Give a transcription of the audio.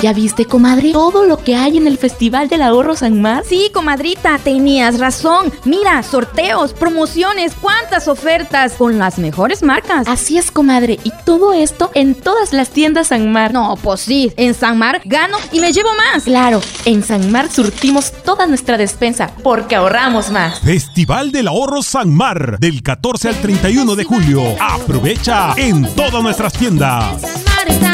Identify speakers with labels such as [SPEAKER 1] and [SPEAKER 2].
[SPEAKER 1] ¿Ya viste, comadre? Todo lo que hay en el Festival del Ahorro San Mar.
[SPEAKER 2] Sí, comadrita, tenías razón. Mira, sorteos, promociones, cuántas ofertas con las mejores marcas.
[SPEAKER 1] Así es, comadre. Y todo esto en todas las tiendas San Mar.
[SPEAKER 2] No, pues sí, en San Mar gano y me llevo más.
[SPEAKER 1] Claro, en San Mar surtimos toda nuestra despensa porque ahorramos más.
[SPEAKER 3] Festival del Ahorro San Mar, del 14 al 31 de julio. Aprovecha en todas nuestras tiendas.